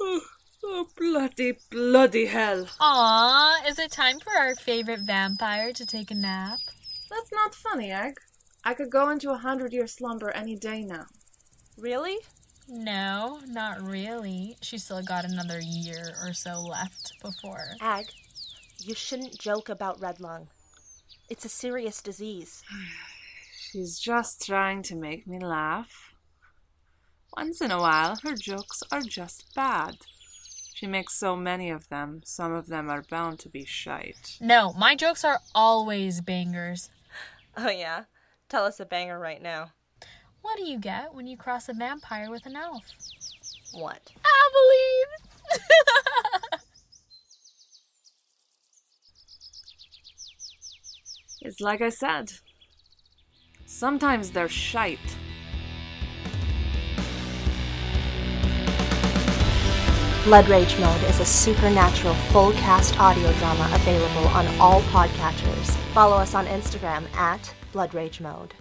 Oh, oh, bloody, bloody hell. Aw, is it time for our favorite vampire to take a nap? That's not funny, Egg. I could go into a hundred year slumber any day now. Really? No, not really. She's still got another year or so left before. Ag, you shouldn't joke about red lung. It's a serious disease. She's just trying to make me laugh. Once in a while, her jokes are just bad. She makes so many of them, some of them are bound to be shite. No, my jokes are always bangers. Oh, yeah? Tell us a banger right now. What do you get when you cross a vampire with an elf? What? Abilene! It's like I said. Sometimes they're shite. Blood Rage Mode is a supernatural full cast audio drama available on all podcatchers. Follow us on Instagram at Blood Rage Mode.